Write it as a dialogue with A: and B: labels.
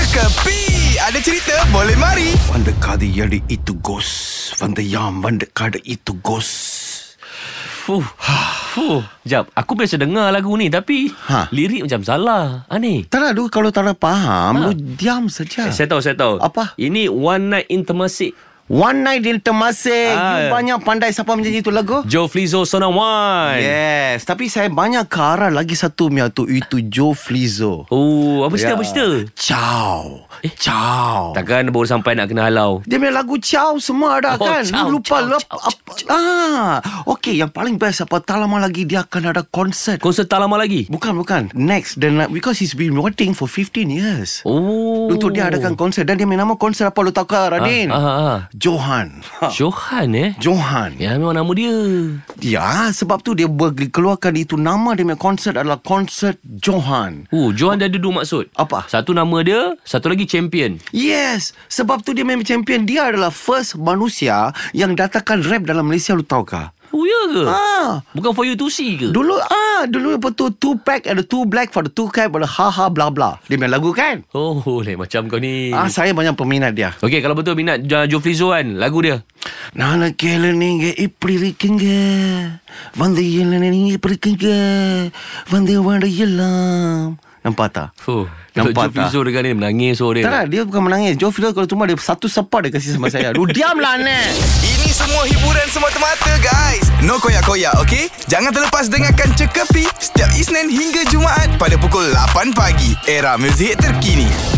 A: Kepi Ada cerita boleh mari
B: வந்த காது எடு இத்து கோஸ் வந்த யாம் வந்த காடு இத்து கோஸ்
C: Fuh. Fuh. Jap, aku biasa dengar lagu ni tapi
B: Ha.
C: ha. lirik macam salah. Aneh.
B: Tak nak lu kalau tak nak faham Lu diam saja
C: Eh, saya tahu, saya tahu.
B: Ha. Apa?
C: Ini One Night in Temasek.
B: One night in Temasek
C: Ah.
B: You banyak pandai siapa menyanyi tu lagu
C: Joe Flizzo Sona One.
B: Yes Tapi saya banyak ke arah lagi satu Mia tu Itu Joe Flizzo
C: Oh, apa
B: Ya.
C: cerita, apa cerita?
B: Ciao eh? Ciao
C: Takkan baru sampai nak kena halau.
B: Dia punya lagu Ciao semua ada
C: Oh,
B: kan
C: Ciao,
B: Lu lupa
C: Ciao,
B: lep,
C: Ciao,
B: apa, Ah, Okay yang paling best Apa tak lama lagi Dia akan ada konsert
C: Konsert tak lama lagi.
B: Bukan bukan Next then, like, Because he's been waiting for 15 years
C: Oh.
B: Untuk dia kan adakan konsert Dan dia punya nama konsert apa Lu tahu ke Radin
C: Ah, ah, ah.
B: Johan Ha.
C: Johan eh.
B: Johan
C: Ya, memang nama dia.
B: Ya sebab tu dia ber- keluarkan itu Nama dia punya konsert adalah Konsert Johan
C: Oh, Johan dia ada dua maksud.
B: Apa?
C: Satu nama dia, satu lagi champion.
B: Yes Sebab tu dia memang champion Dia adalah first manusia Yang datangkan rap dalam Malaysia Lu tahu ke
C: Oh, ya ke?
B: Ah,
C: Bukan for you to see ke?
B: Dulu ah dulu apa tu two pack ada two black for the two cap ada ha ha bla bla. Dia main lagu kan?
C: Oh, boleh macam kau ni.
B: Ah saya banyak peminat dia.
C: Okey, kalau betul minat Jo- Joe Flizzo kan lagu dia.
B: நான கேளு நீங்க இப்படி இருக்கீங்க வந்து இல்லை நீங்க இப்படி இருக்கீங்க வந்து வாட எல்லாம் nampak tak?
C: Fuh,
B: Nampak
C: Nampak Joe
B: tak?
C: Flizzo dekat ni menangis suara dia.
B: Tak lah, dia bukan menangis. Joe Fido kalau cuma dia satu sepat dia kasih sama saya. Lu diam lah, Nek!
A: Ini semua hiburan semata-mata guys No koyak-koyak ok Jangan terlepas dengarkan Cekapi Setiap Isnin hingga Jumaat Pada pukul 8 pagi Era muzik terkini